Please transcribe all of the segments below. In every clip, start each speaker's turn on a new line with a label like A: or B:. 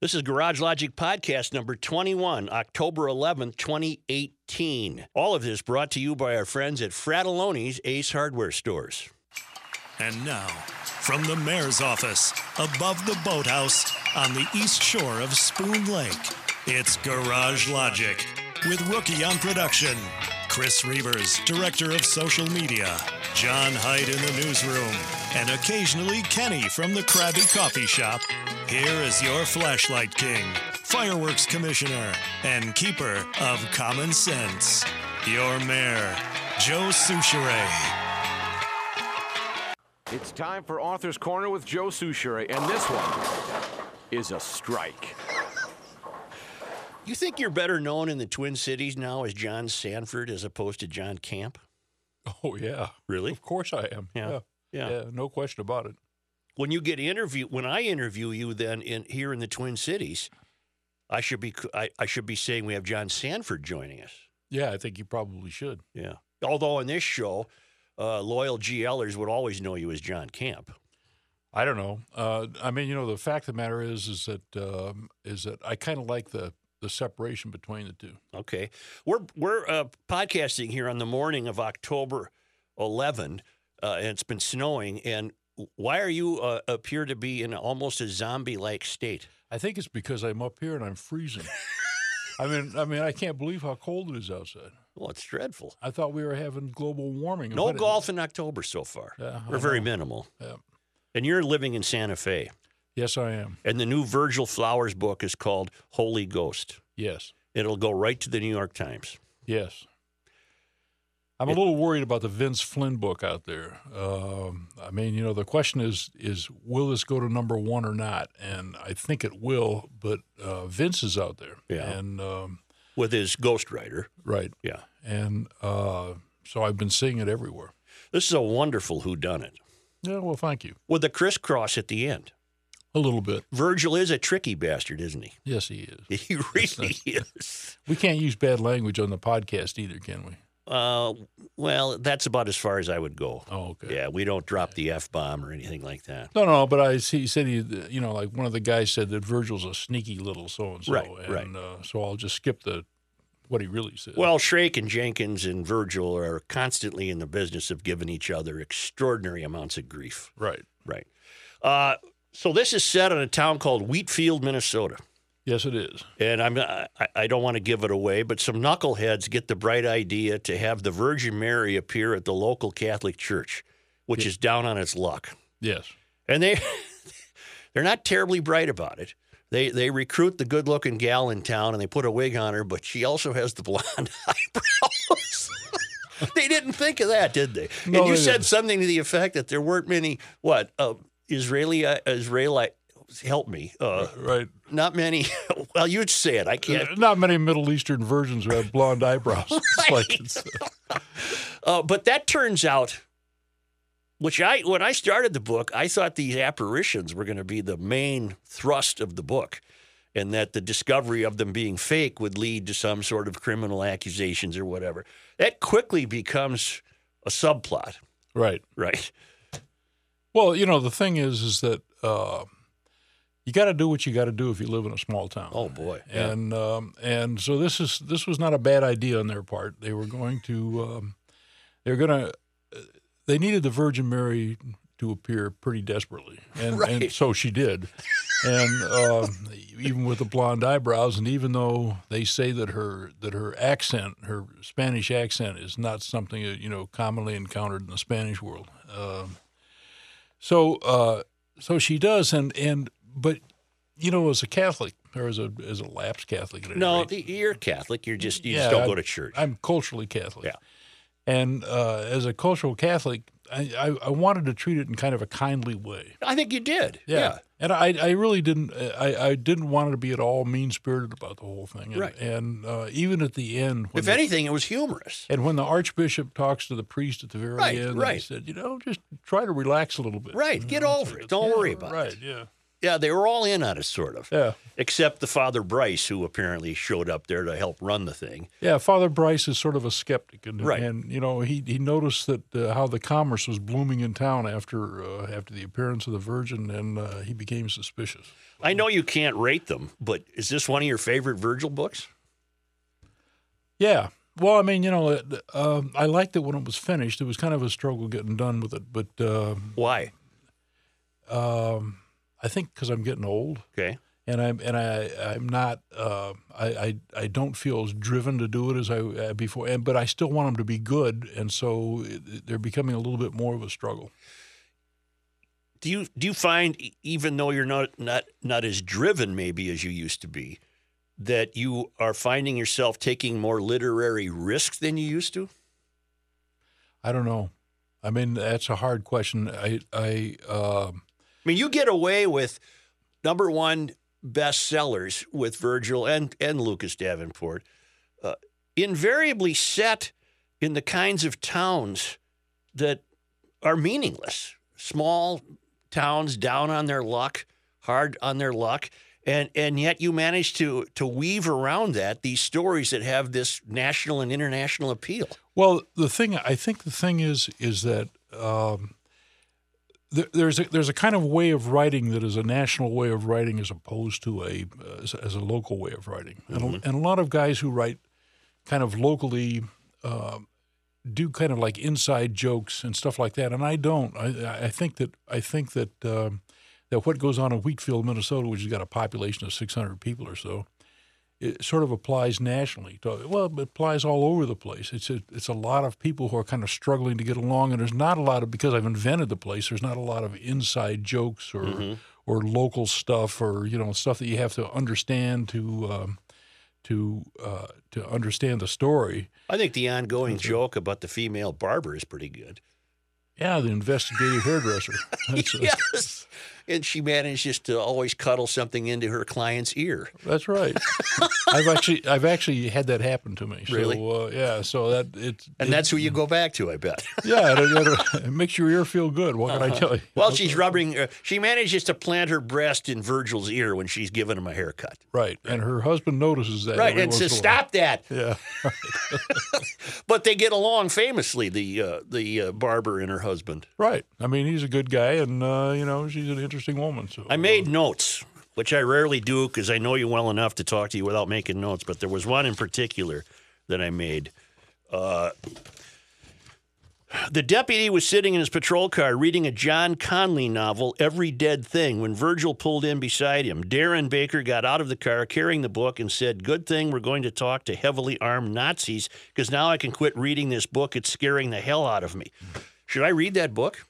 A: This is Garage Logic Podcast number 21, October 11th, 2018. All of this brought to you by our friends at Fratelloni's Ace Hardware Stores.
B: And now, from the mayor's office, above the boathouse, on the east shore of Spoon Lake, it's Garage Logic with Rookie on production, Chris Reavers, director of social media, John Hyde in the newsroom, and occasionally Kenny from the Krabby Coffee Shop. Here is your flashlight king, fireworks commissioner, and keeper of common sense, your mayor, Joe Souchere.
C: It's time for Arthur's Corner with Joe Souchere, and this one is a strike.
A: You think you're better known in the Twin Cities now as John Sanford as opposed to John Camp?
D: Oh yeah,
A: Really?
D: of course I am.
A: Yeah.
D: Yeah.
A: Yeah.
D: yeah, no question about it.
A: When you get interview, when I interview you then in here in the Twin Cities, I should be I, I should be saying we have John Sanford joining us.
D: Yeah, I think you probably should.
A: Yeah. Although on this show, uh, loyal GLers would always know you as John Camp.
D: I don't know. Uh, I mean, you know, the fact of the matter is, is that um, is that I kind of like the the separation between the two.
A: Okay. We're we're uh, podcasting here on the morning of October 11, uh, and it's been snowing. And why are you uh, appear to be in almost a zombie-like state?
D: I think it's because I'm up here and I'm freezing. I mean, I mean, I can't believe how cold it is outside.
A: Well, it's dreadful.
D: I thought we were having global warming.
A: No
D: but it-
A: golf in October so far.
D: Yeah, I
A: We're very minimal.
D: Yeah.
A: And you're living in Santa Fe.
D: Yes, I am.
A: And the new Virgil Flowers book is called Holy Ghost.
D: Yes,
A: It'll go right to the New York Times.
D: yes. I'm a little worried about the Vince Flynn book out there. Um, I mean, you know, the question is is will this go to number one or not? And I think it will, but uh, Vince is out there,
A: Yeah.
D: and um,
A: with his ghostwriter.
D: right,
A: Yeah.
D: and uh, so I've been seeing it everywhere.
A: This is a wonderful whodunit
D: Yeah, well, thank you.
A: with a crisscross at the end.
D: A little bit,
A: Virgil is a tricky bastard, isn't he?
D: yes, he is.
A: He really is.
D: We can't use bad language on the podcast either, can we?
A: Uh, well, that's about as far as I would go.
D: Oh, okay.
A: Yeah, we don't drop the F bomb or anything like that.
D: No, no, but I he said he, you know, like one of the guys said that Virgil's a sneaky little so and so,
A: Right,
D: and
A: right.
D: Uh, so I'll just skip the what he really said.
A: Well, Shrake and Jenkins and Virgil are constantly in the business of giving each other extraordinary amounts of grief.
D: right,
A: Right. Uh, so this is set in a town called Wheatfield, Minnesota.
D: yes, it is.
A: and I'm uh, I, I don't want to give it away, but some knuckleheads get the bright idea to have the Virgin Mary appear at the local Catholic church, which is down on its luck,
D: Yes,
A: and they they're not terribly bright about it. They they recruit the good-looking gal in town and they put a wig on her, but she also has the blonde eyebrows. they didn't think of that, did they?
D: No,
A: and you
D: they
A: said
D: didn't.
A: something to the effect that there weren't many what uh, Israeli uh, Israeli help me uh,
D: right.
A: not many. Well, you'd say it. I can't.
D: Uh, Not many Middle Eastern virgins who have blonde eyebrows. It's like it's,
A: Uh, but that turns out, which I when I started the book, I thought these apparitions were going to be the main thrust of the book, and that the discovery of them being fake would lead to some sort of criminal accusations or whatever. That quickly becomes a subplot,
D: right.
A: right?
D: Well, you know, the thing is, is that uh, you got to do what you got to do if you live in a small town.
A: Oh boy. Yeah.
D: and um, and so this is this was not a bad idea on their part. They were going to um, they were gonna uh, they needed the Virgin Mary to appear pretty desperately, and,
A: Right.
D: and so she did, and um, even with the blonde eyebrows, and even though they say that her that her accent, her Spanish accent, is not something that, you know commonly encountered in the Spanish world. Um, so uh, so she does, and and but you know, as a Catholic or as a as a lapsed Catholic, at any
A: No,
D: rate,
A: the, you're Catholic. You're just you
D: Yeah,
A: just don't
D: I-
A: go to church.
D: I'm culturally Catholic.
A: Yeah.
D: And uh, as a cultural Catholic, I, I, I wanted to treat it in kind of a kindly way.
A: I think you did.
D: And I, I really didn't I, I didn't want to be at all mean spirited about the whole thing. And,
A: Right.
D: and uh, even at the end, when
A: If
D: the-
A: anything, it was humorous.
D: and when the Archbishop talks to the priest at the very
A: Right,
D: end,
A: right.
D: he said, you know, just try to relax a little bit.
A: Right, get over it. Don't
D: Mm-hmm. Yeah,
A: worry about it.
D: Right. Yeah.
A: Yeah, they were all in on it, sort of.
D: Yeah.
A: Except the Father Bryce, who apparently showed up there to help run the thing.
D: Yeah, Father Bryce is sort of a skeptic, and,
A: Right.
D: and you know he, he noticed that uh, how the commerce was blooming in town after uh, after the appearance of the Virgin, and uh, he became suspicious.
A: I know you can't rate them, but is this one of your favorite Virgil books?
D: Yeah, well, I mean, you know, it, um, I liked it when it was finished. It was kind of a struggle getting done with it, but um,
A: Why?
D: um, I think because I'm getting old,
A: Okay.
D: and I'm and I I'm not uh, I, I I don't feel as driven to do it as I uh, before, and but I still want them to be good, and so it, they're becoming a little bit more of a struggle.
A: Do you do you find e- even though you're not not not as driven maybe as you used to be, that you are finding yourself taking more literary risks than you used to?
D: I don't know. I mean, that's a hard question. I, I, um
A: I mean, you get away with number one bestsellers with Virgil and, and Lucas Davenport, uh, invariably set in the kinds of towns that are meaningless. Small towns down on their luck, hard on their luck. And, and yet you manage to, to weave around that these stories that have this national and international appeal.
D: well, the thing I think the thing is is that um, there, there's a, there's a kind of way of writing that is a national way of writing as opposed to a as, as a local way of writing, and, a, and a lot of guys who write kind of locally. Um, do kind of like inside jokes and stuff like that, and I don't. I, I think that I think that um, that what goes on in Wheatfield, Minnesota, which has got a population of 600 people or so, it sort of applies nationally. To, well, it applies all over the place. It's a, it's a lot of people who are kind of struggling to get along, and there's not a lot of because I've invented the place. There's not a lot of inside jokes or
A: Mm-hmm.
D: or local stuff or you know stuff that you have to understand to um, to uh, to understand the story.
A: I think the ongoing joke about the female barber is pretty good.
D: Yeah, the investigative hairdresser. That's,
A: yes. And she manages to always cuddle something into her client's ear.
D: that's right. I've actually I've actually had that happen to me.
A: Really?
D: So, uh, yeah. So that it's
A: And that's who you go back to, I bet.
D: yeah. It, it- it makes your ear feel good. What can I
A: Uh-huh.
D: tell you?
A: Well, she's rubbing, uh, she manages to plant her breast in Virgil's ear when she's giving him a haircut.
D: Right, and her husband notices that.
A: Right.
D: every
A: And
D: once
A: says,
D: in a while.
A: stop that.
D: Yeah,
A: But they get along famously, the, uh, the uh, barber and her husband.
D: right. I mean, he's a good guy, and uh, you know, she's an interesting woman. So
A: I made notes, which I rarely do because I know you well enough to talk to you without making notes. But there was one in particular that I made. Uh, the deputy was sitting in his patrol car reading a John Conley novel, Every Dead Thing, when Virgil pulled in beside him. Darren Baker got out of the car carrying the book and said, Good thing we're going to talk to heavily armed Nazis because now I can quit reading this book. It's scaring the hell out of me. Should I read that book?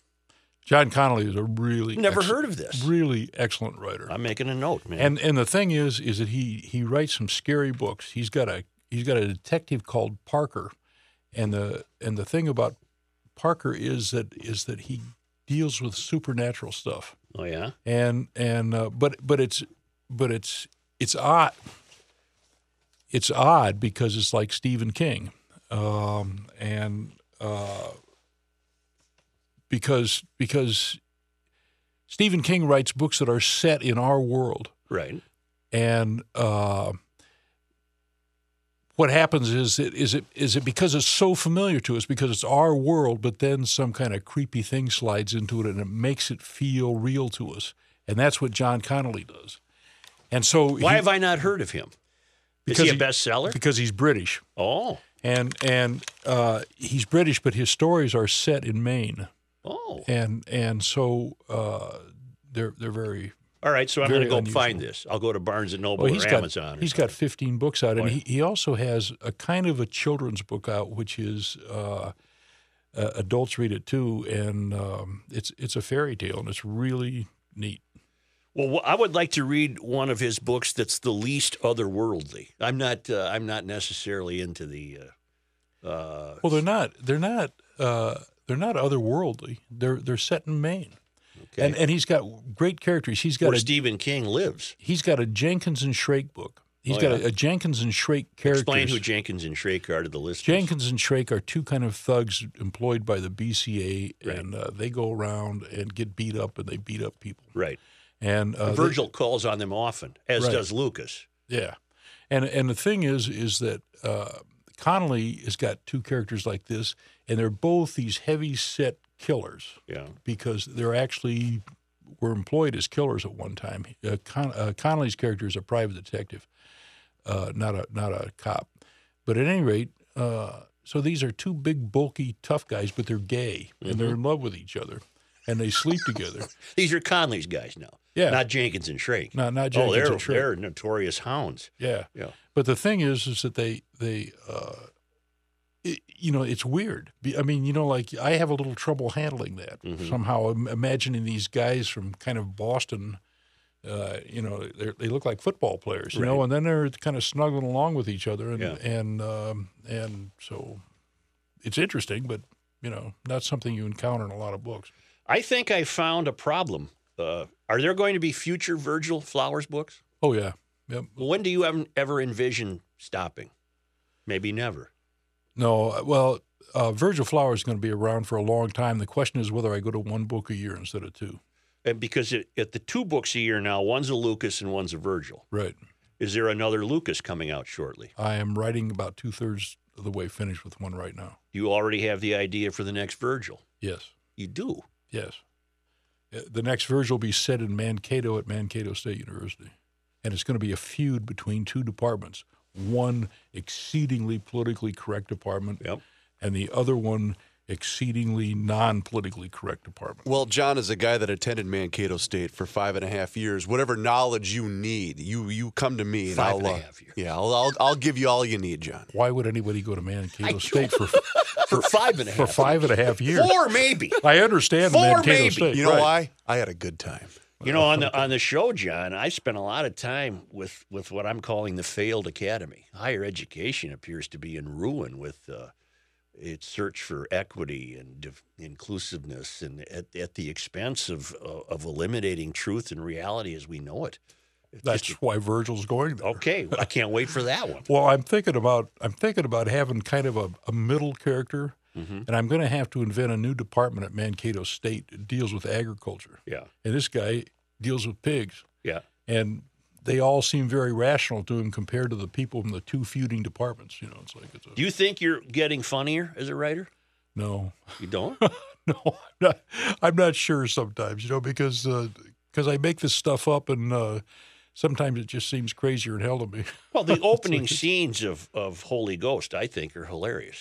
D: John Connolly is a really
A: Never
D: excellent-
A: heard of this. Uh,
D: Really excellent writer.
A: I'm making a note, man.
D: And and the thing is, is that he he writes some scary books. He's got a he's got a detective called Parker, and the and the thing about Parker is that is that he deals with supernatural stuff.
A: oh, yeah?
D: and and uh, but but it's but it's it's odd. It's odd because it's like Stephen King, um, and uh, because because Stephen King writes books that are set in our world,
A: Right.
D: and uh, what happens is it is it is it because it's so familiar to us because it's our world, but then some kind of creepy thing slides into it and it makes it feel real to us, and that's what John Connolly does. And so
A: Why have I not heard of him? Is he a bestseller?
D: Because he's British,
A: Oh,
D: and and uh, he's British, but his stories are set in Maine,
A: oh.
D: and and so uh, they're they're very
A: All right, so I'm going to
D: Very
A: go
D: unusual.
A: find this. I'll go to Barnes and Noble
D: Well,
A: or
D: he's got
A: Oh, Amazon. or
D: he's got 15 books out, and he, he also has a kind of a children's book out, which is uh, uh, adults read it too, and um, it's it's a fairy tale, and it's really neat.
A: Well, wh- I would like to read one of his books that's the least otherworldly. I'm not. Uh, I'm not necessarily into the. Uh, uh,
D: Well, they're not they're not uh, they're not otherworldly. They're they're set in Maine,
A: okay.
D: and and he's got great characters. He's got
A: where
D: a,
A: Stephen King lives.
D: he's got a Jenkins and Shrake book. He's
A: Oh,
D: got
A: yeah.
D: a, a Jenkins and Shrake characters.
A: Explain who Jenkins and Shrake are to the listeners.
D: Jenkins and Shrake are two kind of thugs employed by the BCA, and uh, they go around and get beat up, and they beat up people.
A: Right.
D: And uh, they-
A: Virgil calls on them often, as
D: Right.
A: does Lucas.
D: Yeah, and and the thing is, is that uh, Connolly has got two characters like this, and they're both these heavy set killers
A: Yeah.
D: because they're actually were employed as killers at one time. Uh, Con- uh, Connolly's character is a private detective, uh, not a not a cop. But at any rate, uh, so these are two big, bulky, tough guys, but they're gay and
A: Mm-hmm.
D: they're in love with each other, and they sleep together.
A: These are Conley's guys now.
D: Yeah.
A: Not Jenkins and Shrake.
D: Not not
A: oh,
D: Jenkins
A: they're,
D: and Shrek.
A: they're notorious hounds.
D: Yeah.
A: Yeah.
D: But the thing is, is that they they uh, it, you know it's weird. Be- I mean, you know, like I have a little trouble handling that somehow. im- Imagining these guys from kind of Boston. Uh, you know, they're- they look like football players, you know, and then they're kind of snuggling along with each other, and
A: Yeah.
D: and um, and so it's interesting, but you know, not something you encounter in a lot of books.
A: I think I found a problem. Uh, are there going to be future Virgil Flowers books?
D: Oh yeah, yep.
A: When do you ev- ever envision stopping? Maybe never.
D: No, uh, well, uh, Virgil Flower is going to be around for a long time. The question is whether I go to one book a year instead of two.
A: And because it, at the two books a year now, one's a Lucas and one's a Virgil.
D: Right.
A: Is there another Lucas coming out shortly?
D: I am writing about two thirds of the way finished with one right now.
A: Do you already have the idea for the next Virgil?
D: Yes,
A: You do.
D: yes. Uh, The next Virgil will be set in Mankato at Mankato State University, and it's going to be a feud between two departments. One exceedingly politically correct department,
A: Yep.
D: and the other one exceedingly non-politically correct department.
E: Well, John is a guy that attended Mankato State for five and a half years. Whatever knowledge you need, you you come to me. And
A: Five
E: I'll,
A: and a
E: uh,
A: half years.
E: Yeah, I'll, I'll I'll give you all you need, John.
D: Why would anybody go to Mankato State for
A: For five and a
D: for
A: half.
D: five and a half years?
A: Four maybe.
D: I understand
A: Four,
D: Mankato
A: maybe.
D: State.
E: You know
D: right.
E: why? I had a good time.
A: You know, on the on the show, John, I spent a lot of time with with what I'm calling the failed academy. Higher education appears to be in ruin with uh, its search for equity and div- inclusiveness, and at, at the expense of uh, of eliminating truth and reality as we know it. It's
D: That's
A: just-
D: why Virgil's going there.
A: okay. I can't wait for that one.
D: Well, I'm thinking about I'm thinking about having kind of a, a middle character,
A: Mm-hmm.
D: and I'm going to have to invent a new department at Mankato State that deals with agriculture,
A: Yeah,
D: and this guy deals with pigs,
A: yeah.
D: and they all seem very rational to him compared to the people from the two feuding departments. You know, it's like it's a,
A: Do you think you're getting funnier as a writer?
D: no,
A: You don't?
D: no, I'm not, I'm not sure sometimes. You know, because because I make this stuff up, and uh, sometimes it just seems crazier than hell to me.
A: Well, the opening scenes of of Holy Ghost, I think, are hilarious.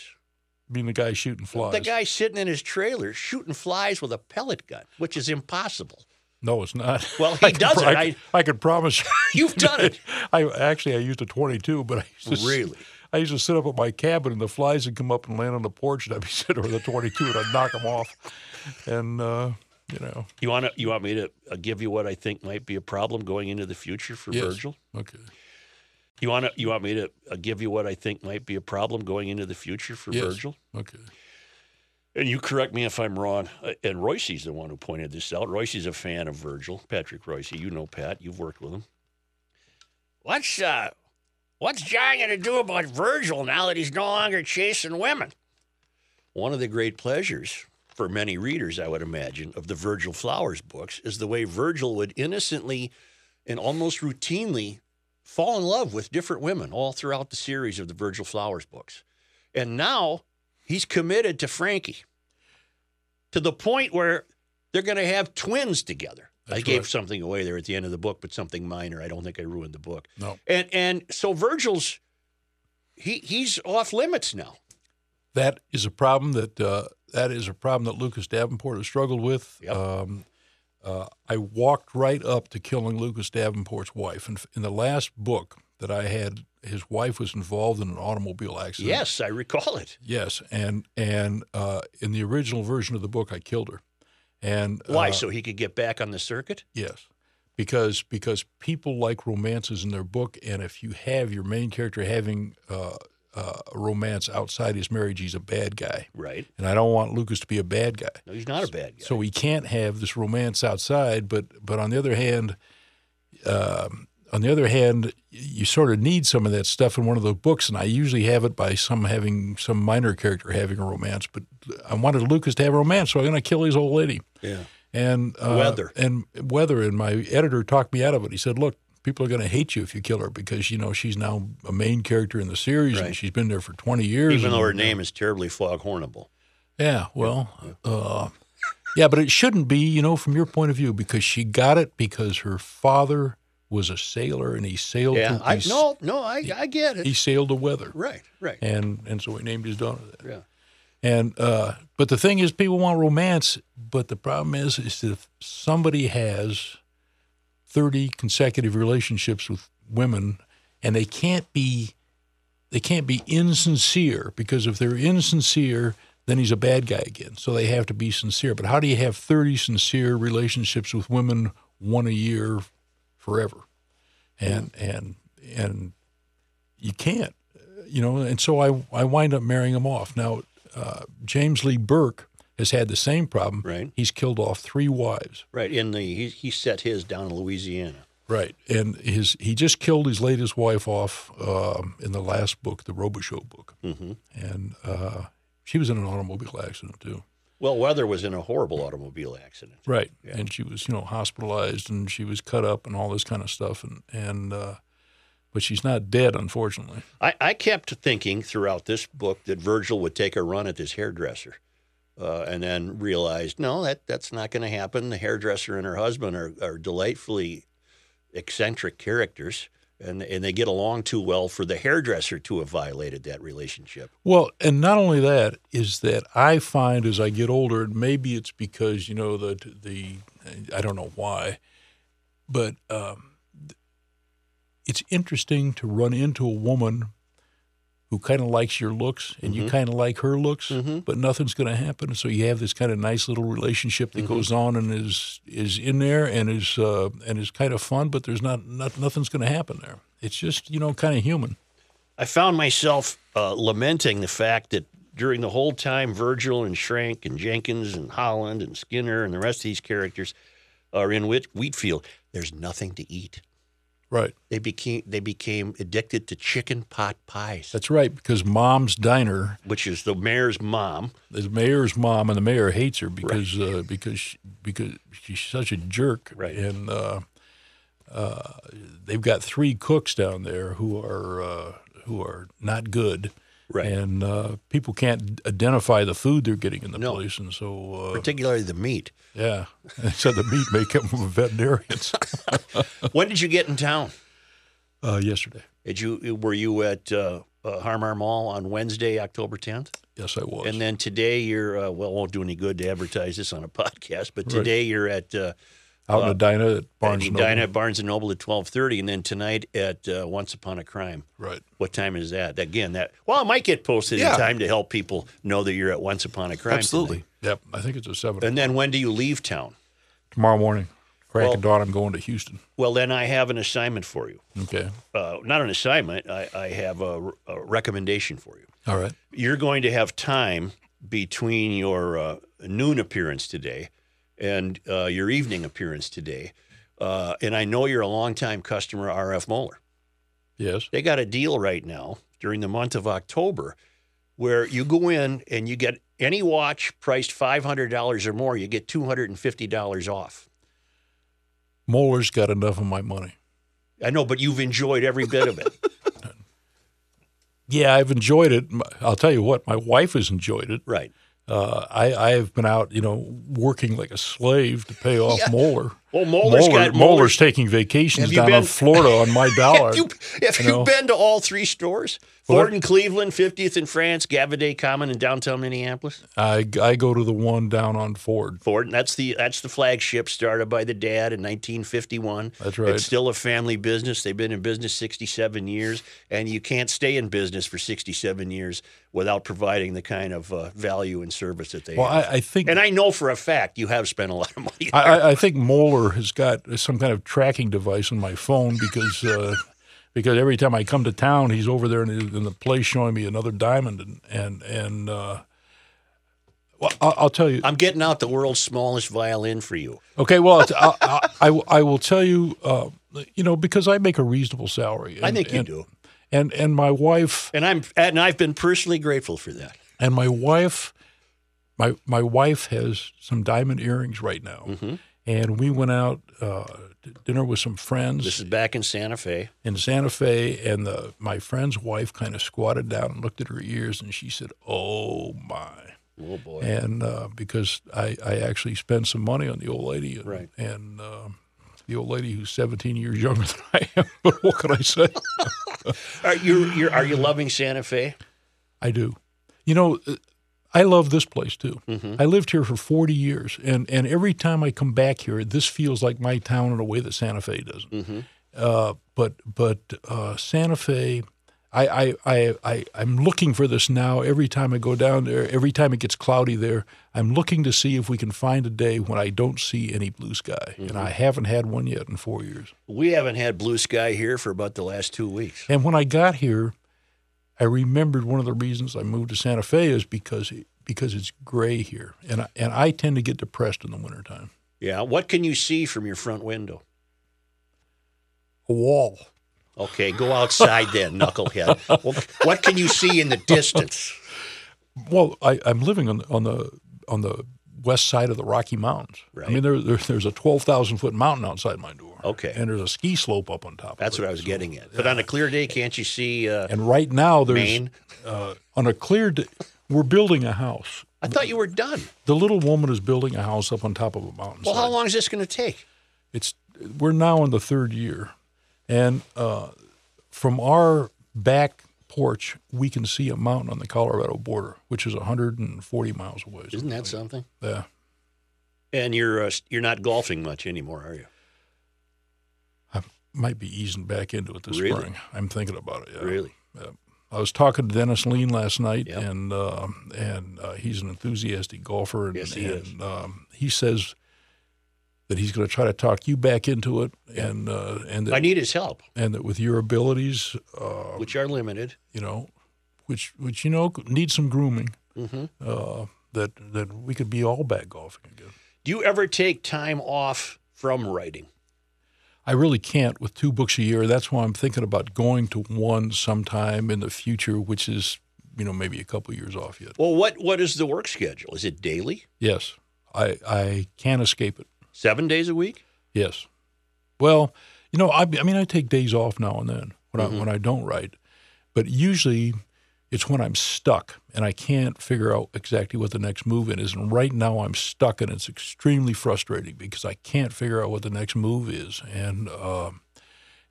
D: I mean, the guy shooting flies.
A: The guy sitting in his trailer shooting flies with a pellet gun, which is impossible.
D: No, it's not.
A: Well, he
D: I can-
A: does it.
D: I,
A: I-
D: I could promise you.
A: You've done it.
D: I actually I used a 22, but I used to s-
A: Really?
D: I used to sit up at my cabin and the flies would come up and land on the porch and I'd be sitting with a 22 and I'd knock them off. And uh, you know,
A: You want to? You want me to uh, give you what I think might be a problem going into the future for
D: Yes.
A: Virgil?
D: okay.
A: You want to? You want me to uh, give you what I think might be a problem going into the future for
D: Yes.
A: Virgil?
D: Okay.
A: And you correct me if I'm wrong. Uh, And Royce's the one who pointed this out. Royce's a fan of Virgil, Patrick Royce. You know Pat. You've worked with him. What's uh, what's John going to do about Virgil now that he's no longer chasing women? One of the great pleasures for many readers, I would imagine, of the Virgil Flowers books is the way Virgil would innocently and almost routinely fall in love with different women all throughout the series of the Virgil Flowers books. And now he's committed to Frankie to the point where they're going to have twins together. I
D: That's
A: gave
D: right.
A: something away there at the end of the book, but something minor. I don't think I ruined the book.
D: No.
A: And and so Virgil's he he's off limits now.
D: That is a problem that uh, that is a problem that Lucas Davenport has struggled with.
A: Yep.
D: Um, uh, I walked right up to killing Lucas Davenport's wife, and in the last book that I had, his wife was involved in an automobile accident.
A: Yes, I recall it.
D: Yes, and and uh, in the original version of the book, I killed her. And uh,
A: Why? so he could get back on the circuit?
D: Yes, because because people like romances in their book, and if you have your main character having uh, uh, a romance outside his marriage, he's a bad guy,
A: Right.
D: and I don't want Lucas to be a bad guy.
A: No, he's not a bad guy.
D: So he can't have this romance outside, but but on the other hand, um, on the other hand, y- you sort of need some of that stuff in one of those books, and I usually have it by some having some minor character having a romance. But I wanted Lucas to have a romance, so I'm going to kill his old lady.
A: Yeah.
D: and uh,
A: Weather.
D: and weather. And my editor talked me out of it. He said, "Look, people are going to hate you if you kill her because you know she's now a main character in the series
A: Right.
D: and she's been there for twenty years.
A: Even though
D: and-
A: her name is terribly foghornable.
D: yeah, well, uh, yeah, but it shouldn't be, you know, from your point of view, because she got it because her father was a sailor and he sailed.
A: Yeah,
D: to,
A: I
D: he, s-
A: no, no, I, I get
D: he
A: it.
D: sailed the weather,
A: Right, right.
D: and and so he named his daughter that.
A: Yeah.
D: And uh, but the thing is, people want romance, but the problem is, is if somebody has thirty consecutive relationships with women, and they can't be, they can't be insincere because if they're insincere, then he's a bad guy again. So they have to be sincere. But how do you have thirty sincere relationships with women one a year, forever? And and and you can't you know, and so I, I wind up marrying him off. Now, uh, James Lee Burke has had the same problem.
A: Right.
D: He's killed off three wives.
A: Right. In the he, he set his down in Louisiana.
D: Right. And his he just killed his latest wife off um, in the last book, the Robichaux book. Mm-hmm. And uh, she was in an automobile accident, too.
A: Well, Weather was in a horrible automobile accident.
D: Right. And she was, you know, hospitalized and she was cut up and all this kind of stuff. And, and uh, but she's not dead, unfortunately.
A: I, I kept thinking throughout this book that Virgil would take a run at this hairdresser, uh, and then realized no, that that's not going to happen. The hairdresser and her husband are, are delightfully eccentric characters, and and they get along too well for the hairdresser to have violated that relationship.
D: Well, and not only that is that I find as I get older, and maybe it's because you know the the I don't know why, but um, it's interesting to run into a woman who kind of likes your looks and you kind of like her looks, but nothing's going to happen. So you have this kind of nice little relationship that goes on and is is in there and is uh, and is kind of fun, but there's not, not nothing's going to happen there. It's just you know kind of human.
A: I found myself uh, lamenting the fact that during the whole time Virgil and Shrank and Jenkins and Holland and Skinner and the rest of these characters are in Whit- Wheatfield, there's nothing to eat.
D: Right.
A: They became they became addicted to chicken pot pies,
D: That's right, because mom's diner
A: which is the mayor's mom.
D: the mayor's mom, and the mayor hates her because uh, because she, because she's such a jerk.
A: Right.
D: And uh, uh, they've got three cooks down there who are uh, who are not good.
A: Right.
D: And uh, people can't identify the food they're getting in the
A: No.
D: place, and so uh,
A: Particularly the meat.
D: yeah. And so the meat may come from veterinarians.
A: When did you get in town?
D: uh, yesterday,
A: Did you were you at uh, uh, Harmar Mall on Wednesday, October 10th?
D: yes, I was.
A: And then today you're uh, well, it won't do any good to advertise this on a podcast, but today you're at uh,
D: out in Edina at Barnes
A: at
D: and
A: Edina
D: Noble.
A: at Barnes and Noble at twelve thirty, and then tonight at uh, Once Upon a Crime.
D: Right.
A: What time is that? Again, that well, it might get posted
E: Yeah.
A: in time to help people know that you're at Once Upon a Crime.
E: Absolutely.
A: tonight.
D: Yep. I think it's a seven.
A: And then when do you leave town?
D: Tomorrow morning, crack
A: Well-
D: of dawn. I'm going to Houston.
A: Well, then I have an assignment for you.
D: Okay.
A: Uh, not an assignment. I, I have a, a recommendation for you.
D: All right.
A: You're going to have time between your uh, noon appearance today and uh, your evening appearance today. Uh, and I know you're a longtime customer, RF Moeller.
D: Yes.
A: they got a deal right now during the month of October where you go in and you get any watch priced $500 or more, you get $250 off.
D: Moeller's got enough of my money.
A: I know, but you've enjoyed every bit of it.
D: Yeah, I've enjoyed it. M- I'll tell you what, my wife has enjoyed it.
A: right.
D: Uh, I, I have been out, you know, working like a slave to pay off Moeller.
A: Well, Moeller's got-
D: Moeller's
A: Moeller's-
D: taking vacations
A: Have you
D: down on
A: been-
D: Florida on my dollar.
A: Have you, have
D: you
A: you,
D: know.
A: been to all three stores?
D: Well,
A: Ford in Cleveland, 50th in France, Gavaday Common in downtown Minneapolis.
D: I, I go to the one down on Ford.
A: Ford, and that's the that's the flagship started by the dad in 1951.
D: That's right.
A: It's still a family business. They've been in business 67 years, and you can't stay in business for 67 years without providing the kind of uh, value and service that they
D: Well,
A: have.
D: I, I think
A: and I know for a fact you have spent a lot of money.
D: I, I, I think Moeller has got some kind of tracking device on my phone because uh, because every time I come to town, he's over there in, the- in the place showing me another diamond and and and. Uh, well, I'll, I'll tell you.
A: I'm getting out the world's smallest violin for you.
D: Okay, well, it's- I, I, I will- I will tell you, uh, you know, because I make a reasonable salary.
A: I
D: and-
A: think you
D: and-
A: do,
D: And and my wife
A: and I'm and I've been personally grateful for that.
D: and my wife my my wife has some diamond earrings right now,
A: Mm-hmm.
D: and we went out uh, to dinner with some friends
A: This is back in Santa Fe.
D: in Santa Fe, and the my friend's wife kind of squatted down and looked at her ears, and she said, "Oh my."
A: Oh boy.
D: And uh, because I, I actually spent some money on the old lady, and,
A: Right.
D: and um the old lady who's 17 years younger than I am, but what can I say?
A: Are you you're, are you loving Santa Fe?
D: I do. You know, uh, I love this place too. I lived here for 40 years, and, and every time I come back here, this feels like my town in a way that Santa Fe doesn't. Uh, but but uh, Santa Fe, I, I, I, I, I'm looking for this now every time I go down there, every time it gets cloudy there. I'm looking to see if we can find a day when I don't see any blue sky, and I haven't had one yet in four years.
A: We haven't had blue sky here for about the last two weeks.
D: And when I got here, I remembered one of the reasons I moved to Santa Fe is because because it's gray here, and I, and I tend to get depressed in the wintertime.
A: Yeah. What can you see from your front window?
D: A wall.
A: Okay, go outside then, knucklehead. Well, what can you see in the distance?
D: Well, I, I'm living on the on the on the west side of the Rocky Mountains. I
A: Right.
D: mean, there, there there's a twelve thousand foot mountain outside my door.
A: Okay.
D: And there's a ski slope up on top.
A: That's
D: of
A: what
D: it.
A: I was getting at. But on a clear day, can't you see? Uh,
D: And right now there's
A: Maine?
D: Uh, on a clear day, we're building a house.
A: I thought you were done.
D: The little woman is building a house up on top of a mountain.
A: Well, how long is this going to take?
D: it's we're now in the third year, and uh, from our back porch we can see a mountain on the Colorado border, which is 140 miles away.
A: Isn't that something?
D: Yeah.
A: And you're uh, you're not golfing much anymore, are you?
D: I might be easing back into it this
A: Really?
D: spring. I'm thinking about it. Yeah.
A: Really?
D: I was talking to Dennis Lean last night,
A: Yep.
D: and um and uh, he's an enthusiastic golfer, and,
A: Yes, he
D: and,
A: is.
D: Um, he says that he's going to try to talk you back into it, and uh, and that,
A: I need his help,
D: and that with your abilities, uh,
A: which are limited.
D: you know, which which you know needs some grooming.
A: hmm
D: Uh, that that we could be all back golfing again.
A: Do you ever take time off from writing?
D: I really can't with two books a year. That's why I'm thinking about going to one sometime in the future, which is you know maybe a couple years off yet.
A: Well, what what is the work schedule? Is it daily?
D: Yes, I I can't escape it.
A: Seven days a week?
D: Yes. Well, you know, I, I mean, I take days off now and then when I when I don't write, but usually it's when I'm stuck and I can't figure out exactly what the next move in is. And right now I'm stuck, and it's extremely frustrating because I can't figure out what the next move is, and um,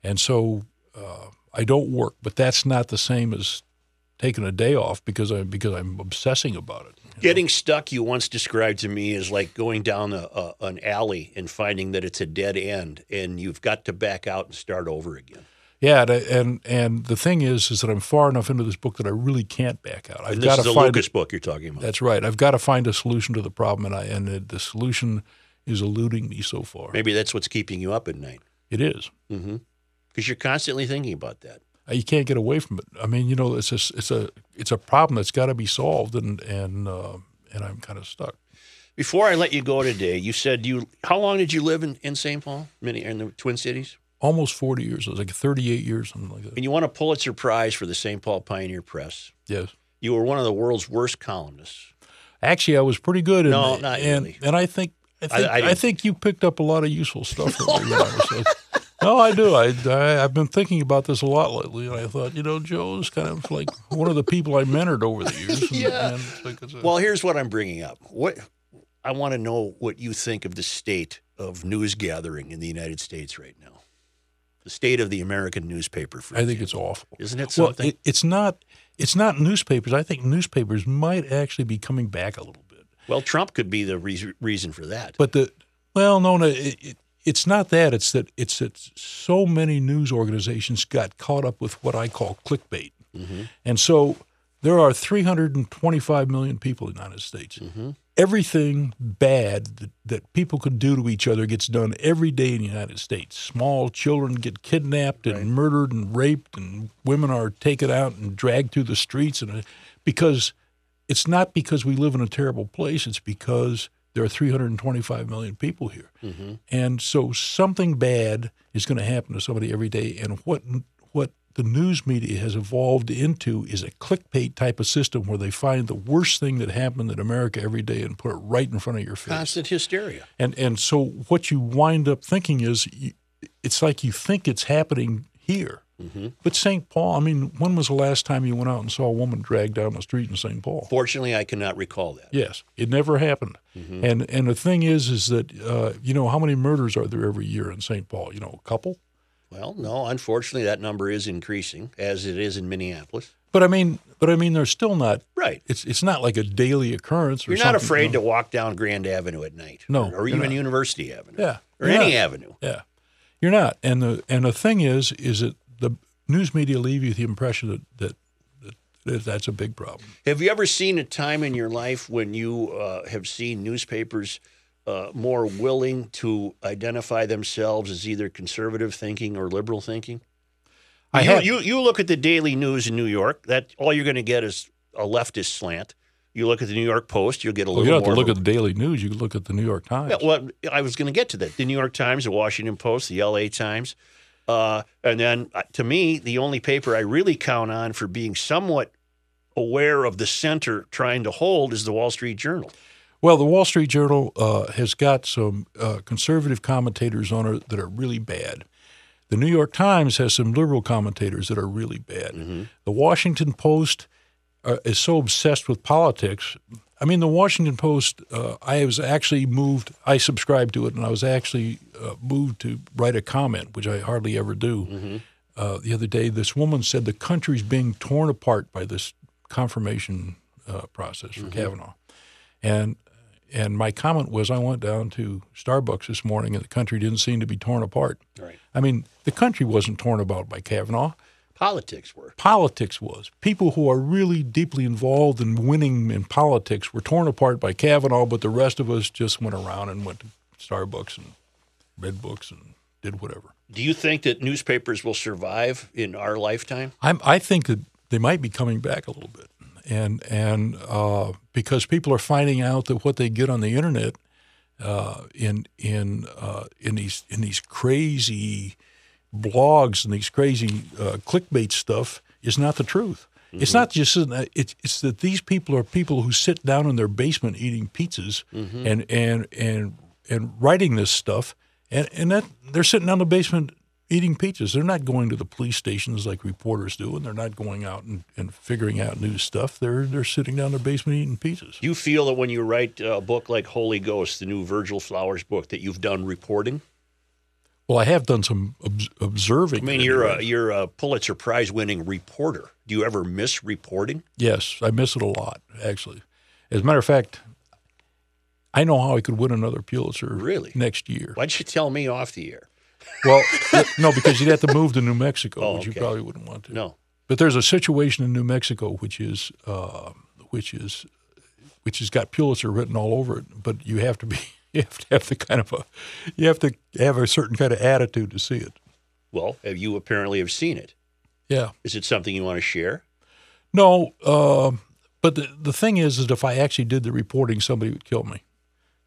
D: and so uh, I don't work. But that's not the same as taking a day off because I because I'm obsessing about it.
A: Getting stuck, you once described to me, is like going down a, a, an alley and finding that it's a dead end and you've got to back out and start over again.
D: Yeah, and and, and the thing is, is that I'm far enough into this book that I really can't back out. I've
A: And this
D: got
A: is
D: to
A: the
D: find.
A: Lucas book you're talking about.
D: That's right. I've got to find a solution to the problem, and I and it- the solution is eluding me so far.
A: Maybe that's what's keeping you up at night
D: It is.
A: because you're constantly thinking about that.
D: Uh, You can't get away from it. I mean, you know, it's a s- it's a it's a problem that's got to be solved, and and uh, and I'm kind of stuck.
A: Before I let you go today, you said you. How long did you live in, in St. Paul, Mini, in the Twin Cities?
D: Almost 40 years. It was like 38 years, something like that.
A: And you won a Pulitzer Prize for the St. Paul Pioneer Press.
D: Yes.
A: You were one of the world's worst columnists.
D: Actually, I was pretty good. In
A: No,
D: it,
A: not
D: and,
A: really.
D: And I think I think
A: I
D: I,
A: didn't-
D: think you picked up a lot of useful stuff. From me, you know, so- No, I do. I, I I've been thinking about this a lot lately, and I thought, you know, Joe is kind of like one of the people I mentored over the years. and-
A: Yeah.
D: and it's like it's a-
A: Well, here's what I'm bringing up. What I want to know what you think of the state of news gathering in the United States right now. The state of the American newspaper. For
D: I think
A: example.
D: it's awful.
A: isn't it
D: Well,
A: something?
D: it, it's not. It's not newspapers. I think newspapers might actually be coming back a little bit.
A: well, Trump could be the reas reason for that.
D: But the well, no, no, it, it, it's not that. It's that it's that so many news organizations got caught up with what I call clickbait, and so there are 325 million people in the United States. Everything bad that, that people could do to each other gets done every day in the United States. Small children get kidnapped and murdered and raped, and women are taken out and dragged through the streets, and uh, because it's not because we live in a terrible place. It's because there are 325 million people here, and so something bad is going to happen to somebody every day. And what what the news media has evolved into is a clickbait type of system where they find the worst thing that happened in America every day and put it right in front of your face.
A: Constant hysteria.
D: And and so what you wind up thinking is, you, it's like you think it's happening here. But St. Paul, I mean, when was the last time you went out and saw a woman dragged down the street in St. Paul?
A: Fortunately, I cannot recall that.
D: Yes, it never happened.
A: Mm-hmm.
D: And and the thing is, is that uh, you know how many murders are there every year in St. Paul? You know, a couple.
A: Well, no, unfortunately, that number is increasing as it is in Minneapolis.
D: But I mean, but I mean, they're still not.
A: Right.
D: It's it's not like a daily occurrence. Or
A: You're not
D: something,
A: afraid
D: you
A: to walk down Grand Avenue at night.
D: No,
A: Or, or
D: you're
A: even
D: not.
A: University Avenue.
D: Yeah,
A: Or
D: you're
A: any
D: not.
A: avenue.
D: know. Yeah, you're not. And the and the thing is, is that the news media leave you with the impression that that, that, that that's a big problem.
A: Have you ever seen a time in your life when you uh, have seen newspapers uh, more willing to identify themselves as either conservative thinking or liberal thinking?
D: I
A: you,
D: have-
A: you you look at the Daily News in New York. That all you're going to get is a leftist slant. You look at the New York Post, you'll get a
D: Well,
A: little
D: you don't have
A: more.
D: to
A: of a-
D: look at the Daily News. You can look at the New York Times.
A: Yeah, well, I was going to get to that. The New York Times, the Washington Post, the L.A. Times, uh, and then uh, to me, the only paper I really count on for being somewhat aware of the center trying to hold is the Wall Street Journal.
D: Well, the Wall Street Journal uh, has got some uh, conservative commentators on it that are really bad. The New York Times has some liberal commentators that are really bad. The Washington Post uh, is so obsessed with politics. I mean, the Washington Post, uh, I was actually moved, I subscribed to it, and I was actually uh, moved to write a comment, which I hardly ever do. Uh, the other day, this woman said the country's being torn apart by this confirmation uh, process for Kavanaugh. And and my comment was, I went down to Starbucks this morning, and the country didn't seem to be torn apart.
A: Right.
D: I mean, the country wasn't torn about by Kavanaugh.
A: Politics were.
D: Politics was. People who are really deeply involved in winning in politics were torn apart by Kavanaugh, but the rest of us just went around and went to Starbucks and read books and did whatever.
A: Do you think that newspapers will survive in our lifetime?
D: I'm, I think that they might be coming back a little bit, and and uh, because people are finding out that what they get on the internet uh, in in uh, in these in these crazy blogs and these crazy uh, clickbait stuff is not the truth. It's
A: Mm-hmm.
D: not just that- it's it's that these people are people who sit down in their basement eating pizzas
A: Mm-hmm.
D: and and and and writing this stuff, and and that they're sitting down in the basement eating pizzas. They're not going to the police stations like reporters do, and they're not going out and, and figuring out new stuff. They're they're sitting down in their basement eating pizzas.
A: Do you feel that when you write a book like Holy Ghost, the new Virgil Flowers book, that you've done reporting?
D: Well, I have done some obs- observing.
A: I mean,
D: at
A: you're
D: any
A: a
D: rate.
A: you're a Pulitzer Prize winning reporter. Do you ever miss reporting?
D: Yes, I miss it a lot, actually. As a matter of fact, I know how I could win another Pulitzer
A: Really?
D: next year.
A: Why'd you tell me off the air?
D: Well, th- no, because you'd have to move to New Mexico,
A: Oh,
D: which you
A: okay.
D: probably wouldn't want to.
A: No.
D: But there's a situation in New Mexico which is, uh, which is, which has got Pulitzer written all over it. But you have to be, you have to have the kind of a, you have to have a certain kind of attitude to see it.
A: Well, uh, you apparently have seen it.
D: Yeah.
A: Is it something you want to share?
D: No, um but the, the thing is, is if I actually did the reporting, somebody would kill me.